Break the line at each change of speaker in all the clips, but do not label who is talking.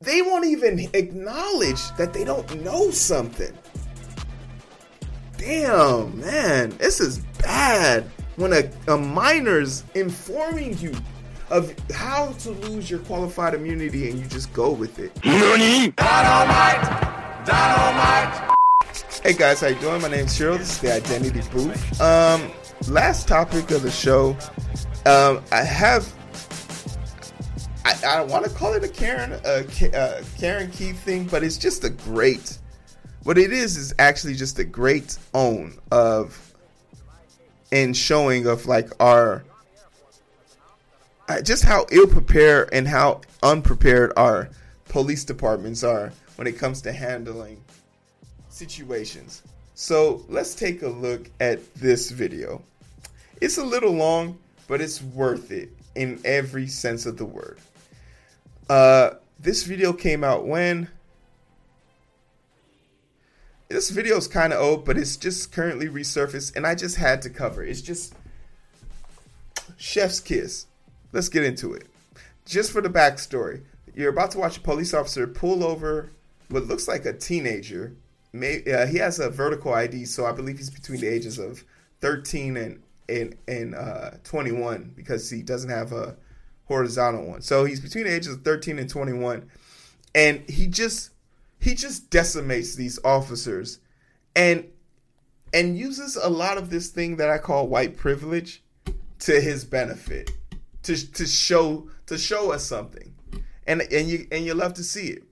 They won't even acknowledge that they don't know something. Damn, man, this is bad when a, a minor's informing you of how to lose your qualified immunity and you just go with it. Hey guys, how you doing? My name's Cheryl. This is the Identity Booth. Um, last topic of the show. Um, I have. I, I want to call it a Karen, a, K- uh Karen Keith thing, but it's just a great. What it is is actually just a great own of, and showing of like our I- just how ill prepared and how unprepared our police departments are when it comes to handling situations. So let's take a look at this video. It's a little long, but it's worth it in every sense of the word. Uh, this video came out when. This video is kind of old, but it's just currently resurfaced, and I just had to cover it. It's just Chef's Kiss. Let's get into it. Just for the backstory, you're about to watch a police officer pull over what looks like a teenager. May, uh, he has a vertical ID, so I believe he's between the ages of 13 and and, and uh, 21 because he doesn't have a horizontal one. So he's between the ages of 13 and 21, and he just he just decimates these officers, and and uses a lot of this thing that I call white privilege to his benefit to to show to show us something and and you and you love to see it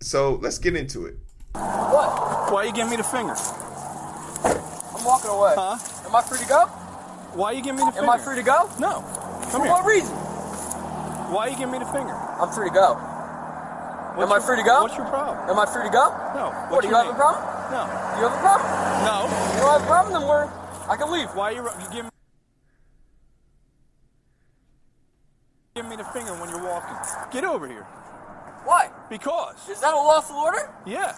so let's get into it
What?
Why you giving me the finger?
I'm walking away.
Huh?
Am I free to go?
Why you giving me the
Am
finger?
I free to go?
No.
For
Come here.
what reason?
Why you giving me the finger?
I'm free to go.
What's
Am I
your-
free to go?
What's your problem?
Am I free to go?
No.
What,
What's
do you
your
have a
name?
problem?
No.
You have a problem?
No.
You don't have a problem, then we're, I can leave.
Why you you giving giving me the finger when you're walking? Get over here.
Why?
Because
Is that a lawful order?
yeah,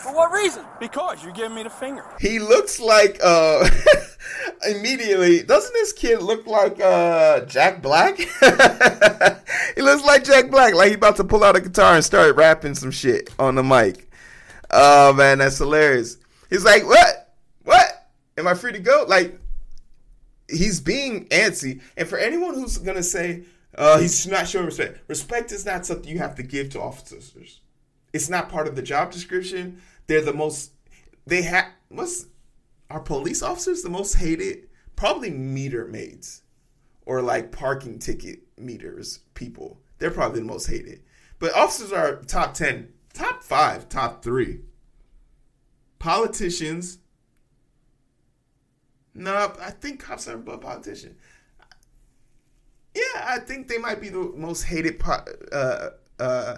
For what reason?
because you're giving me the finger.
he looks like uh immediately doesn't this kid look like uh jack black he looks like jack black like he about to pull out a guitar and start rapping some shit on the mic oh man that's hilarious he's like what what am i free to go like he's being antsy. And for anyone who's gonna say uh, he's not showing respect, respect is not something you have to give to officers. It's not part of the job description. They're the most they have. What's are police officers the most hated? Probably meter maids or like parking ticket meters people. They're probably the most hated. But officers are top ten, top five, top three. Politicians, no, I think cops are above politician. Yeah, I think they might be the most hated po- uh, uh,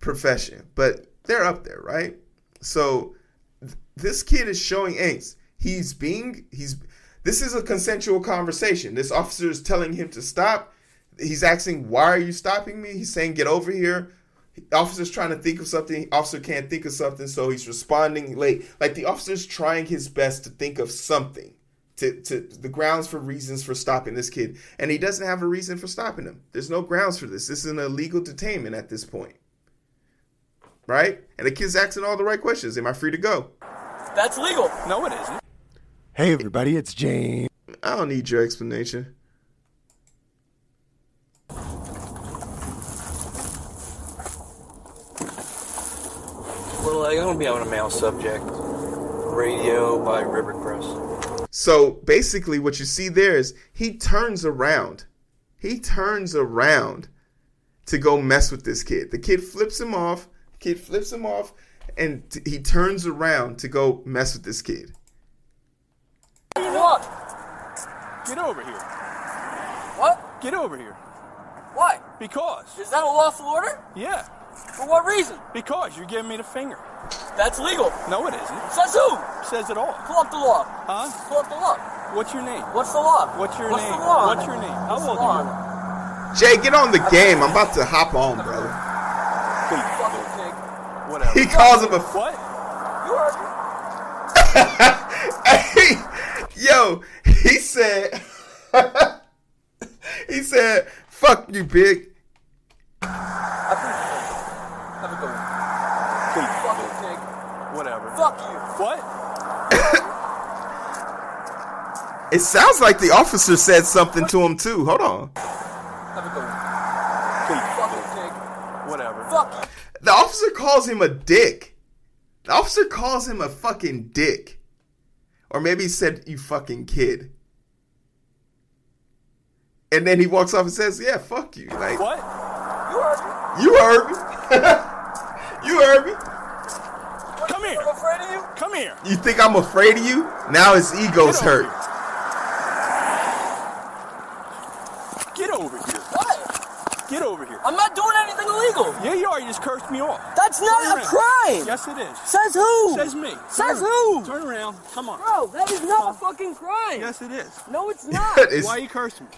profession, but they're up there, right? So th- this kid is showing angst. He's being he's. This is a consensual conversation. This officer is telling him to stop. He's asking, "Why are you stopping me?" He's saying, "Get over here." Officer's trying to think of something. Officer can't think of something, so he's responding late. Like the officer's trying his best to think of something, to to the grounds for reasons for stopping this kid, and he doesn't have a reason for stopping him. There's no grounds for this. This is an illegal detainment at this point, right? And the kid's asking all the right questions. Am I free to go?
That's legal.
No, it isn't.
Hey everybody, it's James.
I don't need your explanation.
Well, I'm going to be on a male subject. Radio by River Press.
So basically, what you see there is he turns around. He turns around to go mess with this kid. The kid flips him off. Kid flips him off, and t- he turns around to go mess with this kid.
What?
Get over here.
What?
Get over here.
Why?
Because
Is that a lawful order?
yeah,
For what reason?
because you're giving me the finger.
That's legal.
No, it isn't.
Says who?
Says it all.
Pull up the law.
Huh?
Pull up the law.
What's your name?
What's the law?
What's your name?
What's the law?
What's your name? How
What's the
old
law?
are you?
Jay, get on the game. I'm about to hop on, brother.
Fucking pig.
Whatever.
He calls him a. F-
what?
You are.
yo, he said. he said, "Fuck you, big."
I appreciate whatever.
Fuck you. What?
It sounds like the officer said something to him too. Hold on.
Have a good one.
Fucking dick.
Whatever.
Fuck you.
The officer calls him a dick. The officer calls him a fucking dick. Or maybe he said, you fucking kid. And then he walks off and says, yeah, fuck you. Like,
What?
You heard me.
you heard me. you heard me.
Come here.
I'm afraid of you.
Come here.
You think I'm afraid of you? Now his ego's
Get over
hurt.
Get over here.
What?
Get over here.
I'm not doing anything illegal.
Yeah, you are. You just cursed me off.
That's
Turn
not a
around.
crime.
Yes, it is.
Says who?
Says me. Turn
Says
around.
who?
Turn around. Come on.
Bro, that is not a fucking crime.
Yes, it is.
No, it's not.
It's,
Why you cursed me?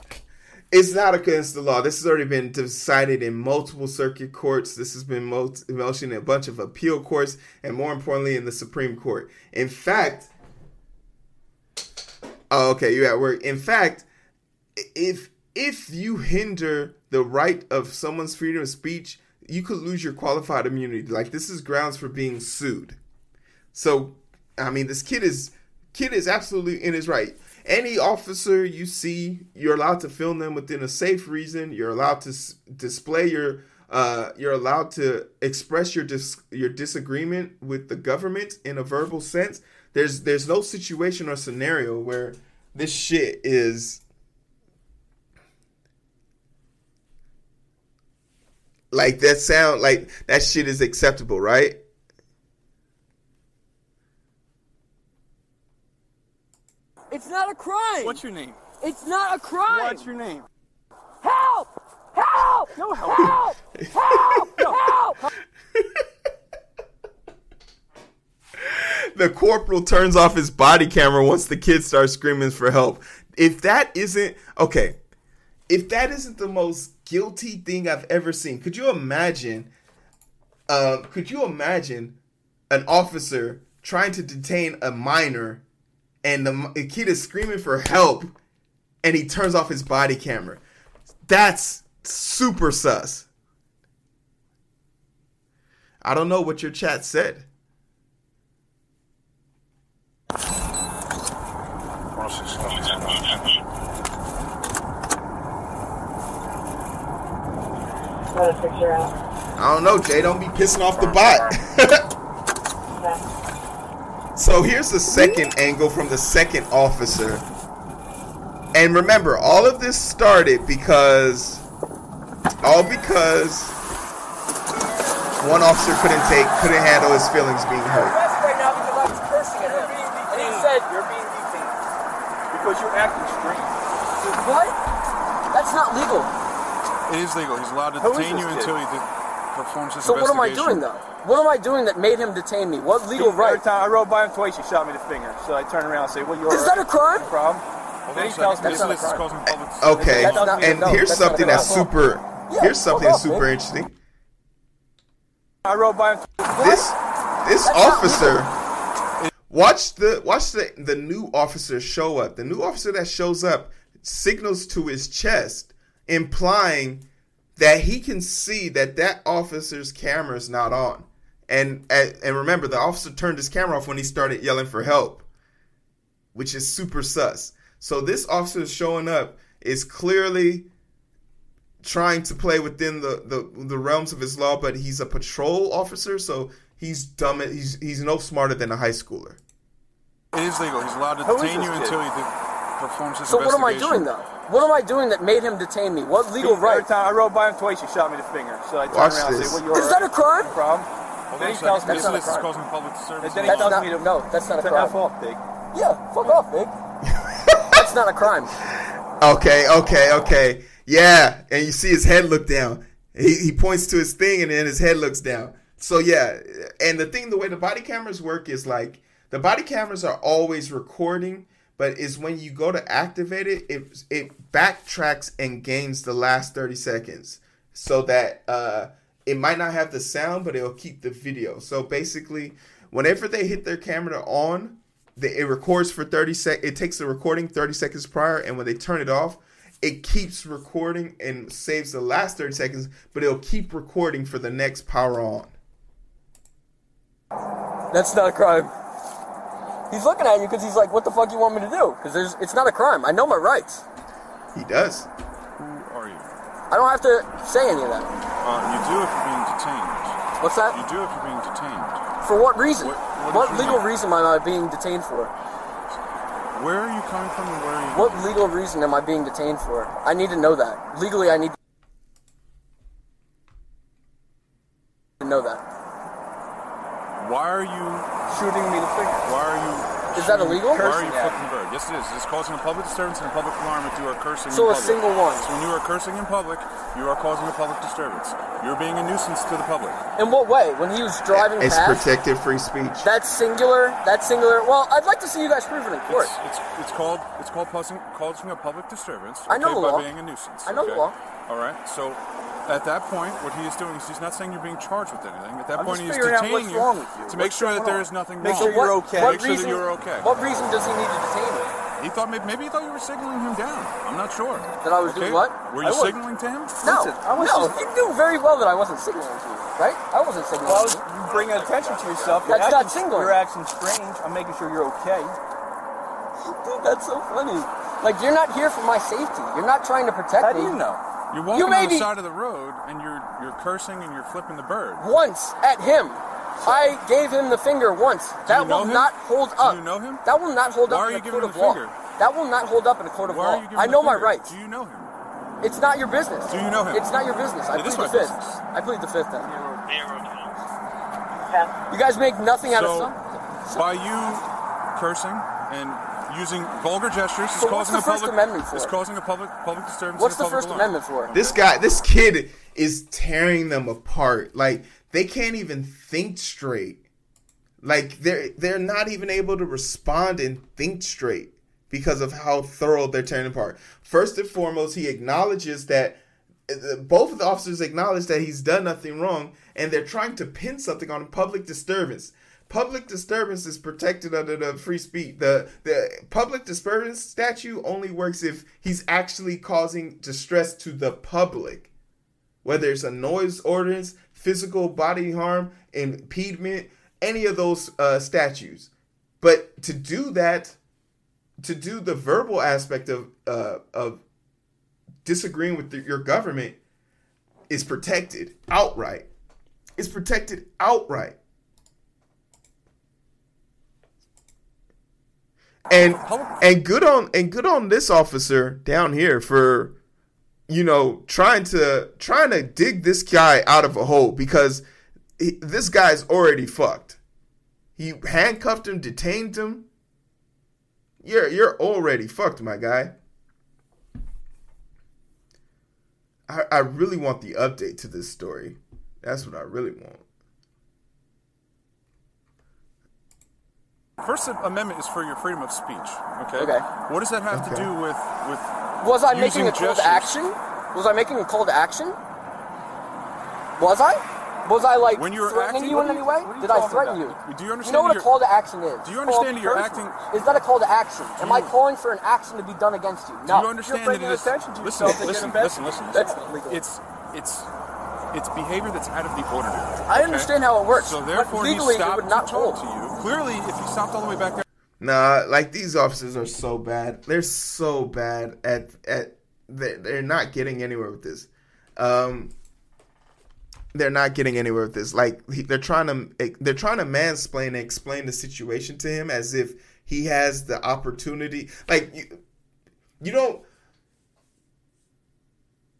it's not against the law. This has already been decided in multiple circuit courts. This has been mul- mentioned in a bunch of appeal courts, and more importantly, in the Supreme Court. In fact, oh, okay, you're at work. In fact, i- if if you hinder the right of someone's freedom of speech, you could lose your qualified immunity. Like this is grounds for being sued. So, I mean, this kid is kid is absolutely in his right. Any officer you see, you're allowed to film them within a safe reason. You're allowed to s- display your, uh, you're allowed to express your dis- your disagreement with the government in a verbal sense. There's there's no situation or scenario where this shit is like that sound like that shit is acceptable, right?
It's not a crime.
What's your name?
It's not a crime.
What's your name?
Help! Help!
No help.
Help! Help! Help!
the corporal turns off his body camera once the kid starts screaming for help. If that isn't okay, if that isn't the most guilty thing I've ever seen, could you imagine? Uh, could you imagine an officer trying to detain a minor, and the, m- the kid is screaming for help, and he turns off his body camera? That's super sus. I don't know what your chat said.
Got a picture out.
I don't know, Jay. Don't be pissing off the bot.
Okay.
so here's the second angle from the second officer. And remember, all of this started because, all because one officer couldn't take, couldn't handle his feelings being hurt.
That's right now because I was cursing at him. And he said, You're being detained.
Because you're acting strange.
What? That's not legal.
It is legal. He's allowed to
Who is
detain
this
you
kid?
until he de- performs his
So what am I
investigation.
doing though? What am I doing that made him detain me? What legal right?
Every time I rode by him twice, he shot me the finger. So I turned around and said, "What you
Is that a crime?
problem?"
Hold on
Then
a
he
second.
tells me
That's
This
not a
is
crime.
causing public.
Okay,
That's not-
and
no,
here's
that's not
something
allowed.
that's super.
Yeah,
Here's something that's
fuck off,
super
man.
interesting.
I rode by him.
this this
That's not
officer watch the watch the the new officer show up the new officer that shows up signals to his chest implying that he can see that that officer's camera is not on and and and remember the officer turned his camera off when he started yelling for help which is super sus so this officer showing up is clearly trying to play within the, the, the realms of his law, but he's a patrol officer, so he's dumb. He's he's no smarter than a high schooler.
It is legal. He's allowed to
Who is
detain
this
you
kid?
until he de- performs his
So what am I doing
investigation.
though? What am I doing that made him detain me? What legal right?
Every time I rode by him twice, he shot me the finger. So I turned
Watch
around and
this.
said, "What you
Is that a crime?
problem?"
Hold on
Then
a
he
second.
tells me
This
that's not a
is
crime.
causing public disturbance.
Then he
That's
tells
not
me to-
no. That's not a
"Turn that
crime.
off, Dick."
Yeah, fuck off, big. that's not a crime.
Okay, okay, okay. Yeah, and you see his head look down. He, he points to his thing, and then his head looks down. So yeah, and the thing, the way the body cameras work is like the body cameras are always recording, but is when you go to activate it, it it backtracks and gains the last thirty seconds, so that uh, it might not have the sound, but it'll keep the video. So basically, whenever they hit their camera on, the, it records for 30 sec it takes the recording 30 seconds prior and when they turn it off it keeps recording and saves the last 30 seconds but it'll keep recording for the next power on
That's not a crime. He's looking at you because he's like, "What the fuck you want me to do?" Because there's, it's not a crime. I know my rights.
He does.
Who are you?
I don't have to say any of that.
Uh, you do if you're being detained.
What's that?
You do if you're being detained.
For what reason?
What-
What,
what did you
legal
do?
reason am I being detained for?
Where are you coming from and where are you
What legal reason am I being detained for? I need to know that. Legally, I need to know that.
Why are you
Shooting me the finger.
why are you
Is that illegal?
Why are
Cursing
you
at
flipping the bird? Yes it is. It's causing a public disturbance and a public alarm if you are cursing
So
in
a
public.
single one.
So when you are cursing in public, you are causing a public disturbance. You're being a nuisance to the public.
In what way? When he was driving
It's
past?
protected free speech.
That's singular. That's singular. Well, I'd like to see you guys prove it in court.
It's, it's, it's called it's called causing, causing a public disturbance.
I know
okay,
the
by
law.
being a nuisance.
I know the
okay?
law.
All right. So at that point, what he is doing is he's not saying you're being charged with anything. At that
I'm
point,
just
he is
figuring out
detaining
what's wrong with you.
to make
What's
sure that
going
there
on?
is nothing
Make
wrong.
sure
what,
you're okay.
What
Make sure that
reason,
you're okay.
What reason does he need to detain me?
He thought maybe, maybe he thought you were signaling him down. I'm not sure.
That I was doing what?
Were
I
you
was-
signaling to him?
No,
Listen, I was
no.
just-
You knew very well that I wasn't signaling to you, right? I wasn't signaling.
Well, I
to you.
was bringing attention to yourself. Your
That's not
action's-
singular.
Your action's strange. I'm making sure you're okay.
Dude, that's so funny. Like you're not here for my safety. You're not trying to protect
How do
me.
you know?
You're walking
You may
on the
be-
side of the road and you're you're cursing and you're flipping the bird.
Once at him, I gave him the finger once. That
you know
will
him?
not hold
Do
up.
you know him?
That will not hold
Why
up
are
in a
you giving
court
him
of
the
law.
finger?
That will not hold up in a court of
Why
law.
are you giving
I
him
know
the
my
finger?
rights.
Do you know him?
It's not your business.
Do you know him?
It's not your business. I
It
plead
is
the
my
fifth.
business.
I plead the fifth. Then
Pass.
you guys make nothing out
So-
of something.
By you cursing and using vulgar gestures is
So what's
causing
the
a
First
public
Amendment for?
is causing a public public disturbance.
What's
and
the
a public
First
alarm.
Amendment for?
This guy, this kid is tearing them apart. Like they can't even think straight. Like they're they're not even able to respond and think straight because of how thorough they're tearing apart. First and foremost, he acknowledges that uh, both of the officers acknowledge that he's done nothing wrong, and they're trying to pin something on public disturbance. Public disturbance is protected under the free speech. The the public disturbance statute only works if he's actually causing distress to the public, whether it's a noise ordinance, physical body harm, impediment, any of those uh, statutes. But to do that, to do the verbal aspect of uh, of disagreeing with your government is protected outright. It's protected outright. And and good on and good on this officer down here for you know trying to trying to dig this guy out of a hole because he, this guy's already fucked. He handcuffed him, detained him. You're you're already fucked, my guy. I, I really want the update to this story. That's what I really want.
First Amendment is for your freedom of speech. Okay.
Okay.
What does that have
Okay.
to do with with?
Was I
Using
making a call
gestures.
to action? Was I making a call to action? Was I? Was I like
When you were
threatening
acting-
you
what
in
are
any
you-
way?
what are you
Did I
talking
threaten
about?
you?
Do you
You know
understand
what a
you're-
call to action is?
Do you
Call
understand that you're
curse
acting-
words. Is that a call to action? Am I
you-
calling for an action to be done against you?
Do
No.
you understand
bringing
that it is?
attention to
listen,
yourself to get
listen, listen,
invested.
listen, listen.
That's not legal.
It's it's it's behavior that's out of the ordinary.
I understand how it works,
So
but
therefore,
legally,
he
it
stopped
would not
to
hold.
talk to you. Clearly, if he stopped all the way back there.
Nah, like these officers are so bad. They're so bad at at they're, they're not getting anywhere with this. Um they're not getting anywhere with this. Like he- they're trying to they're trying to mansplain and explain the situation to him as if he has the opportunity. Like you, you don't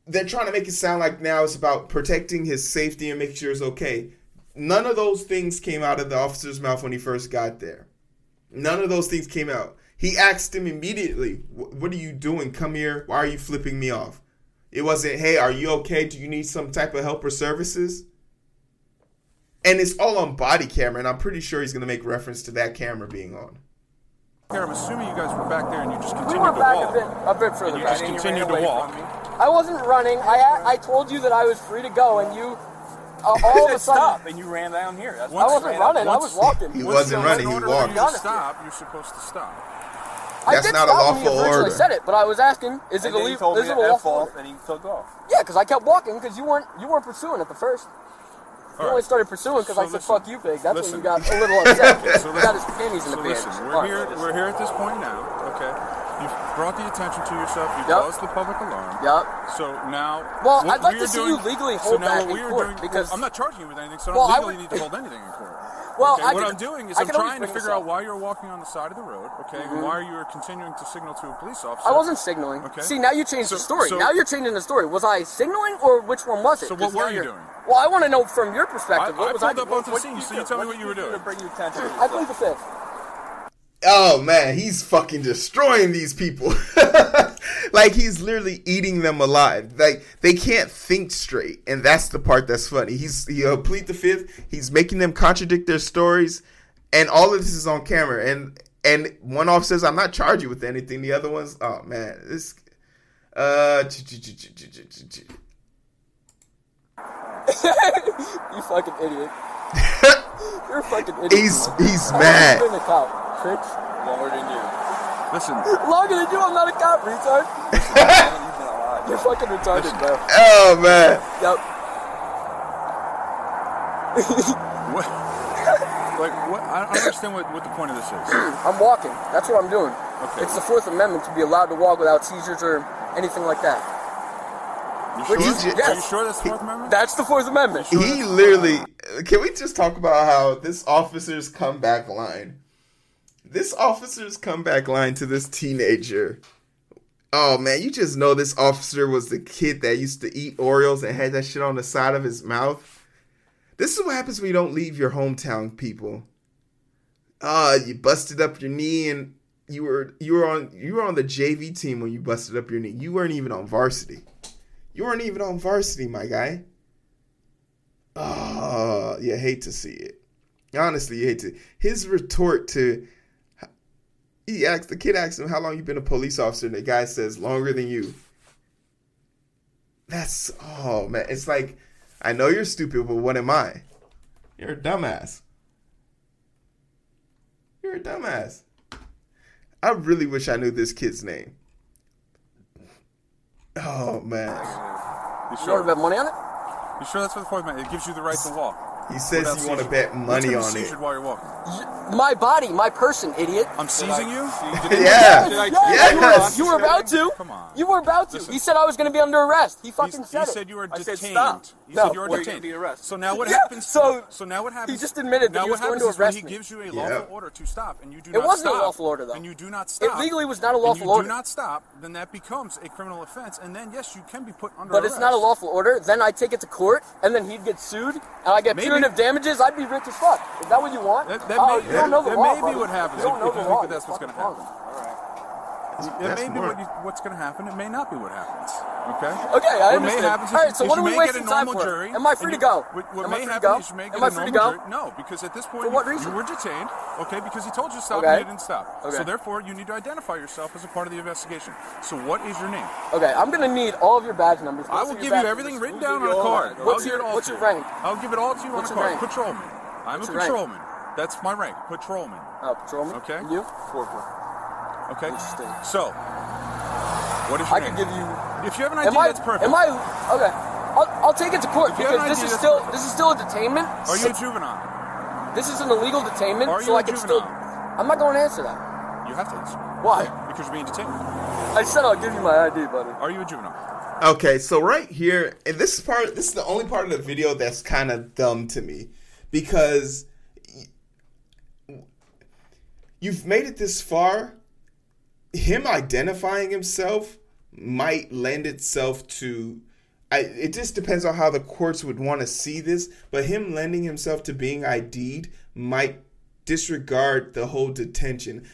they're trying to make it sound like now it's about protecting his safety and make sure it's okay. None of those things came out of the officer's mouth when he first got there. None of those things came out. He asked him immediately, "Wh- "What are you doing? Come here. Why are you flipping me off?" It wasn't, "Hey, are you okay? Do you need some type of help or services?" And it's all on body camera, and I'm pretty sure he's going to make reference to that camera being on.
there, I'm assuming you guys were back there and you just
We
continued
were
to
back
walk.
a bit, a bit further
You
back.
just continued to walk.
I wasn't running. I a- I told you that I was free to go, and you uh, all of a sudden
Stop, and you ran down here. That's
I wasn't
ran up.
running. I
once-
was walking.
He
Once
wasn't
you're
running,
in
he
order
walked.
For you to
Honestly.
stop, you're supposed to stop.
I
That's
did
not a
stop when he
lawful
originally
order.
said it, but I was asking, is it
And then he
illegal?
told me
Is
to
it a
F
lawful?
off,
order?
and he took off.
Yeah, because I kept walking because you weren't you weren't pursuing at the first. I only started pursuing because I said,
listen.
"Fuck you, pig." That's when you
Listen.
got a little upset.
So
He got
listen,
his panties in a
so
bandage.
listen,
Fuck.
we're here, we're here at this point now, okay? You've brought the attention to yourself, you've
Yep.
caused the public alarm.
Yup.
So now,
Well,
what
I'd like
we
to
are
see you
doing-
legally
so
hold
now
back
what
in
we are
court,
doing, well,
because-
I'm not charging you with anything, so I
Well,
don't
I
legally
would-
need to hold anything in court.
Well,
okay,
I
what
can-
I'm doing is
I
I'm
can always
trying to
bring this
figure out
up.
why you're walking on the side of the road, okay, and why you are continuing to signal to a police officer.
I wasn't signaling.
Okay.
See, now you changed
So-
the story.
so-
now you're changing the story. Was I signaling or which one was it?
So
'Cause
what were
now
you
you're-
doing?
Well, I want to know from your
I,
perspective. what
I
was
pulled
I
up
doing?
onto the
What-
scene, so you tell me what you were
do
doing.
to bring you attention.
I plead the fifth.
Oh man, he's fucking destroying these people. like he's literally eating them alive. Like they can't think straight, and that's the part that's funny. He's he uh, plead the fifth. He's making them contradict their stories, and all of this is on camera. And and one off says, "I'm not charging you with anything." The other one's, "Oh man, this." Uh, ch- ch- ch- ch- ch- ch- ch-
You fucking idiot. You're a fucking idiot.
he's he's
I've
mad.
been a cop. Bitch.
Longer than you.
Listen,
Longer than you, I'm not a cop, retard.
You've been alive.
You're fucking retarded, bro.
Oh man.
Yep.
what, like, what, I don't understand what, what the point of this is.
I'm walking. That's what I'm doing.
Okay.
It's the Fourth Amendment to be allowed to walk without seizures or anything like that.
You
Which
sure?
is-
Are you
yes.
sure that's the Fourth Amendment?
That's the Fourth Amendment.
he literally can we just talk about how this officer's comeback line this officer's comeback line to this teenager oh man you just know this officer was the kid that used to eat oreos and had that shit on the side of his mouth this is what happens when you don't leave your hometown people ah you busted up your knee and you were you were on you were on the jv team when you busted up your knee you weren't even on varsity you weren't even on varsity my guy Oh, you hate to see it. Honestly, you hate to. His retort to he asked the kid asked him how long you been a police officer, and the guy says longer than you. That's oh man, it's like I know you're stupid, but what am I? You're a dumbass. You're a dumbass. I really wish I knew this kid's name. Oh man,
You
You want
sure?
to bet money on it?
You sure that's what the Fourth Amendment? It gives you the right to walk.
he says you want to bet money on it.
While you're walking.
Y- My body, my person, idiot.
I'm seizing you.
Yeah.
Did I-
Yes.
you, were, you were about to.
Come on.
You were about to.
Listen.
He said I was going to be under arrest. He
He,
fucking
he
said it.
said you were
I said
detained.
stop.
He
No.
said you were
Or you're
gonna
detained.
be arrested.
So now what
Yeah,
happens?
so-
so now what happens?
just admitted that
now
he was
what
going
happens
to
is when
arrest me.
He gives you a lawful
Yeah.
order to stop, and you do
It
not
wasn't a
stop,
lawful order, though.
And you do not stop.
legally was not a
and
lawful
You
order.
do not stop. Then that becomes a criminal offense, and then yes, you can be put under.
But it's not a
arrest.
lawful order. Then I take it to court, and then he'd get sued, and I get
Maybe.
punitive damages. I'd be rich as fuck. Is that what you want?
That, that
Oh,
may,
you don't know the
that
law,
may
brother.
be what happens
You don't
if,
know
if
the
you
law.
think that that's what's
You're
going to
fucking
happen. It
That's
may be
more-
what you, what's going to happen. It may not be what happens. Okay.
Okay, I
What may
understand.
happen is
All right,
you-
so
is
what
you
are we
may
wasting
get a
time
normal
for?
Jury,
Am I
and
free
you-
to go?
What, what
Am I
may
free to
happen
go?
is you may
Am I
get a
free to
normal
go?
jury. No, because at this point
For what
you-
reason?
you were detained. Okay, because he told you to stop
Okay.
and you didn't stop.
Okay.
So therefore, you need to identify yourself as a part of the investigation. So what is your name?
Okay, I'm gonna need all of your badge numbers. Most
I will
of your
give
badge
you everything
numbers.
written
We'll
down
give
on
you
a
all
card.
of it.
I'll
What's
give
your
it all
What's
to
your
you.
rank?
I'll give it all to you
What's
on
your
a
rank?
card. Patrolman. I'm
What's
a
your rank?
patrolman. That's my rank. Patrolman.
Oh, patrolman.
Okay.
And You?
Okay.
Interesting.
So what is your
I
name?
could give you.
if you have an idea,
Am I?
that's perfect.
Am I? Okay. I'll, I'll take it to court
If you have
because this
an idea,
is
that's
still
perfect.
this is still a detainment.
Are you a juvenile?
This is an illegal detainment,
Are
so
you
I
a
can
juvenile?
still. I'm not going to answer that.
You have to answer
Why?
because you're being detained.
I said I'll give you my ID, buddy.
Are you a juvenile?
Okay, so right here, and this is part, this is the only part of the video that's kind of dumb to me because y- you've made it this far. Him identifying himself might lend itself to. I, it just depends on how the courts would want to see this, but him lending himself to being ID'd might disregard the whole detention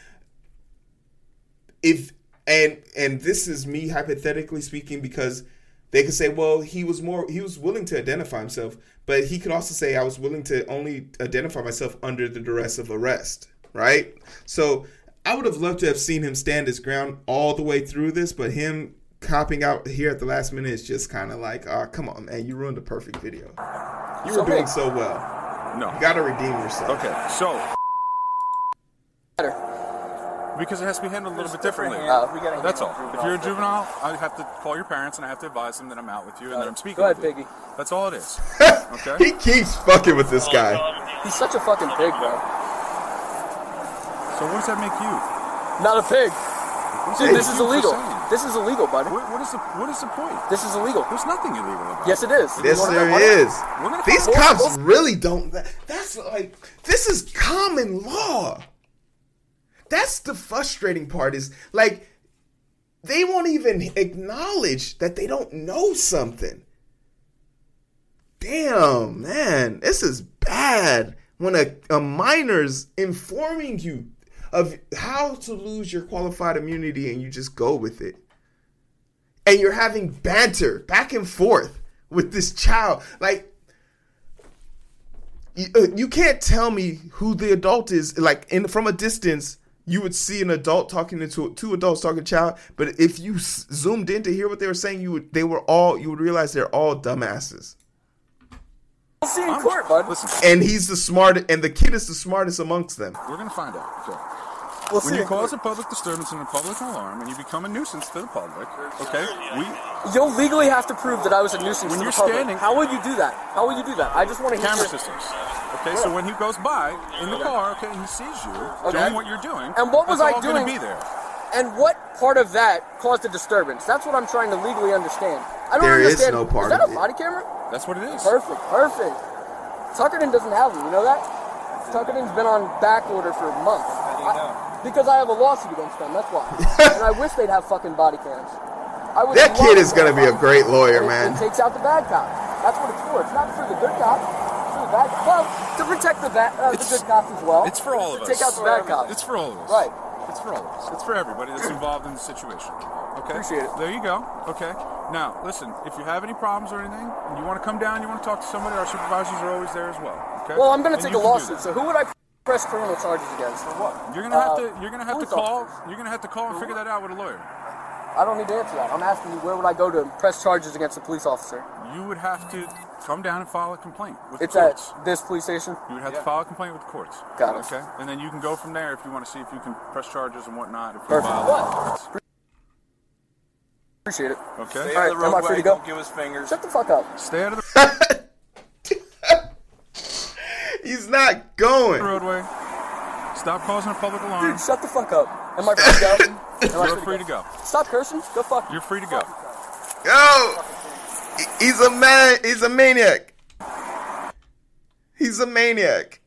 if and and this is me hypothetically speaking because they could say well he was more he was willing to identify himself but he could also say i was willing to only identify myself under the duress of arrest right so i would have loved to have seen him stand his ground all the way through this but him copping out here at the last minute is just kind of like oh come on man you ruined the perfect video you were
So,
doing
wait.
so well
No.
you gotta redeem yourself
Okay. So
Better.
Because it has to be handled a little bit differently.
hand- uh, we gotta
That's all.
handle
If you're a juvenile, I have to call your parents and I have to advise them that I'm out with you and that I'm speaking.
Go ahead,
with you.
Piggy.
That's all it is.
He
Okay. Oh
keeps fucking with this guy.
He's such a fucking pig, bro.
so what does that make you?
Not a pig.
What does that
Dude, this
make
is
you for
illegal.
saying?
This is illegal, buddy.
What, what is the What is the point?
This is illegal.
There's nothing illegal about
Yes, it is.
Yes,
You wanna know
there
why?
is.
We're gonna
These
call-
cops really don't. that- That's like this is common law. That's the frustrating part. Is like they won't even acknowledge that they don't know something. Damn, man, this is bad. When a, a minor's informing you of how to lose your qualified immunity and you just go with it and you're having banter back and forth with this child. Like, you, uh, you can't tell me who the adult is. Like, in, from a distance, you would see an adult talking to two- two adults talking to a child, but if you s- zoomed in to hear what they were saying, you would they were all you would realize they're all dumbasses.
We'll see you in
it.
court, bud.
Listen,
And he's the smart, and the kid is the smartest amongst them.
we're gonna find out. Okay.
We'll
When
see.
you
You,
cause a public disturbance and a public alarm, and you become a nuisance to the public, okay? We
will legally have to prove that I was a nuisance
When
to
you're
the public.
standing-
How will you do that? How will you do that? I just want to hear.
camera
your-
systems. Okay, so when he goes by in the car, okay, he sees you doing what you're doing.
And what was
it's
I
all gonna
doing?
Be there.
And what part of that caused the disturbance? That's what I'm trying to legally understand. I don't
There is
understand.
no part
Is that
of
a
it.
body camera?
That's what it is.
Perfect, perfect. Tuckerton doesn't have them. You know that? Tuckerton's been on back order for a month. I- because I have a lawsuit against them. That's why. and I wish they'd have fucking body cams. I would
That
love
kid is gonna be a
have-
great lawyer,
It- It
man.
takes out the bad cop. That's what it's for. It's not for the good cop. It's for the bad. Well, to protect the bad, uh, the
It's-
good cops as well.
It's for all
To
of us.
Take out the bad cops.
It's for all of us.
Right.
It's for all of us. It's for everybody that's involved in the situation. Okay.
Appreciate it.
There you go. Okay. Now, listen. If you have any problems or anything, you want to come down, you want to talk to somebody. Our supervisors are always there as well. Okay.
Well, I'm gonna
And
take
you
a
can do
lawsuit.
that.
So who would I press criminal charges against? For what?
You're gonna have
Uh,
to. You're gonna have to
police
call.
officers.
You're gonna have to call and figure that out with a lawyer.
I don't need to answer that. I'm asking you where would I go to press charges against a police officer?
You would have to come down and file a complaint with
It's
the
at
courts.
this police station.
You would have to file a complaint with the courts.
Got it.
Okay. And then you can go from there if you want to see if you can press charges and whatnot. If you
Perfect.
file-
What? Appreciate it.
Okay.
All right, am I free to go?
Don't give us fingers.
Shut the fuck up.
Stay out of the
He's not going.
roadway. Stop causing a public alarm.
Dude, shut the fuck up. Am I free to go? Am I
You're free to go.
Stop cursing. Go fuck.
You're free to go.
Yo, he- he's a man. He's a maniac. He's a maniac.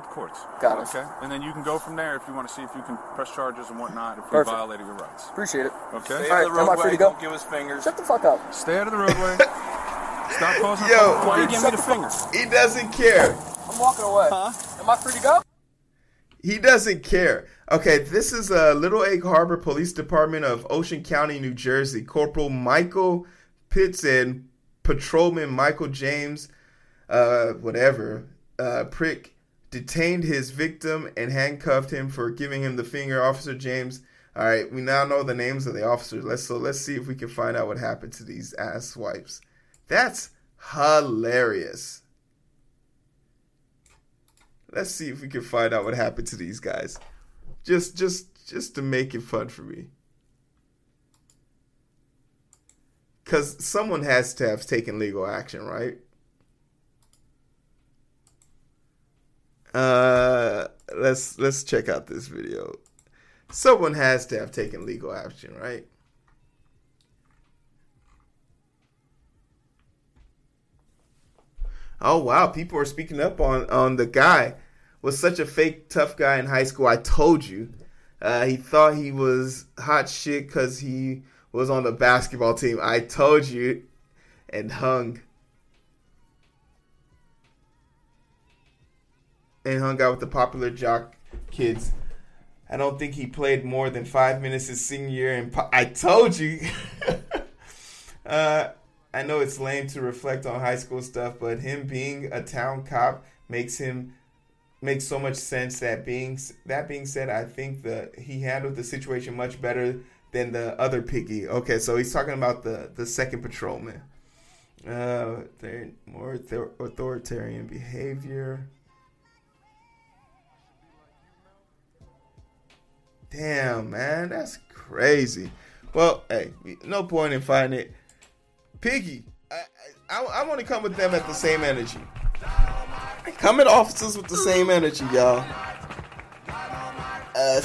Courts.
Got it.
Okay. And then you can go from there if you want to see if you can press charges and whatnot if you're
Perfect.
violating your rights.
Appreciate it.
Okay.
Stay
All right,
out of the
am I free
roadway.
to go?
Don't give us fingers.
Shut the fuck up.
Stay out of the roadway. Stop causing
Yo.
a public alarm.
Dude,
Give me
shut
the
the
finger.
He doesn't care.
I'm walking away. Huh? Am I free to go?
He doesn't care. Okay, this is a Little Egg Harbor Police Department of Ocean County, New Jersey. Corporal Michael Pitts and Patrolman Michael James, uh, whatever, uh, prick, detained his victim and handcuffed him for giving him the finger. Officer James. All right, we now know the names of the officers. Let's so let's see if we can find out what happened to these ass swipes. That's hilarious. Let's see if we can find out what happened to these guys. Just just just to make it fun for me. Cause someone has to have taken legal action, right? Uh let's let's check out this video. Someone has to have taken legal action, right? Oh wow, people are speaking up on on the guy. Was such a fake tough guy in high school. I told you. Uh, he thought he was hot shit because he was on the basketball team. I told you, and hung. And hung out with the popular jock kids. I don't think he played more than five minutes his senior year. And po- I told you. uh, I know it's lame to reflect on high school stuff, but him being a town cop makes him makes so much sense. That being that being said, I think the he handled the situation much better than the other piggy. Okay, so he's talking about the the second patrolman. Uh, they're more author- authoritarian behavior. Damn, man, that's crazy. Well, hey, no point in fighting it. Piggy, I I, I want to come with them at the same energy. Come at officers with the same energy, y'all. Uh,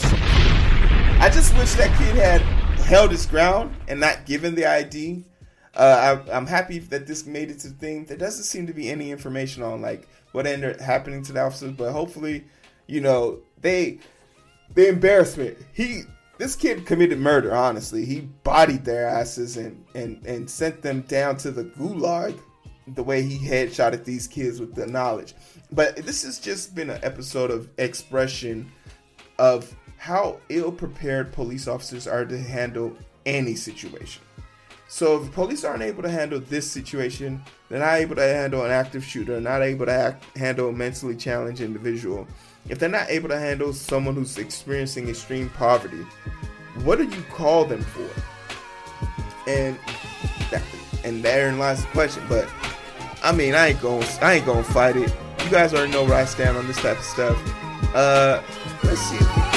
I just wish that kid had held his ground and not given the ID. Uh, I, I'm happy that this made it to the thing. There doesn't seem to be any information on like what ended up happening to the officers, but hopefully, you know, they the embarrassment. He this kid committed murder, honestly. He bodied their asses and and and sent them down to the gulag the way he headshotted these kids with the knowledge. But this has just been an episode of expression of how ill prepared police officers are to handle any situation. So if police aren't able to handle this situation, they're not able to handle an active shooter, not able to act, handle a mentally challenged individual. If they're not able to handle someone who's experiencing extreme poverty, what do you call them for? And that, and therein lies the question. But I mean, I ain't going I ain't gonna fight it. You guys already know where I stand on this type of stuff. Uh, let's see.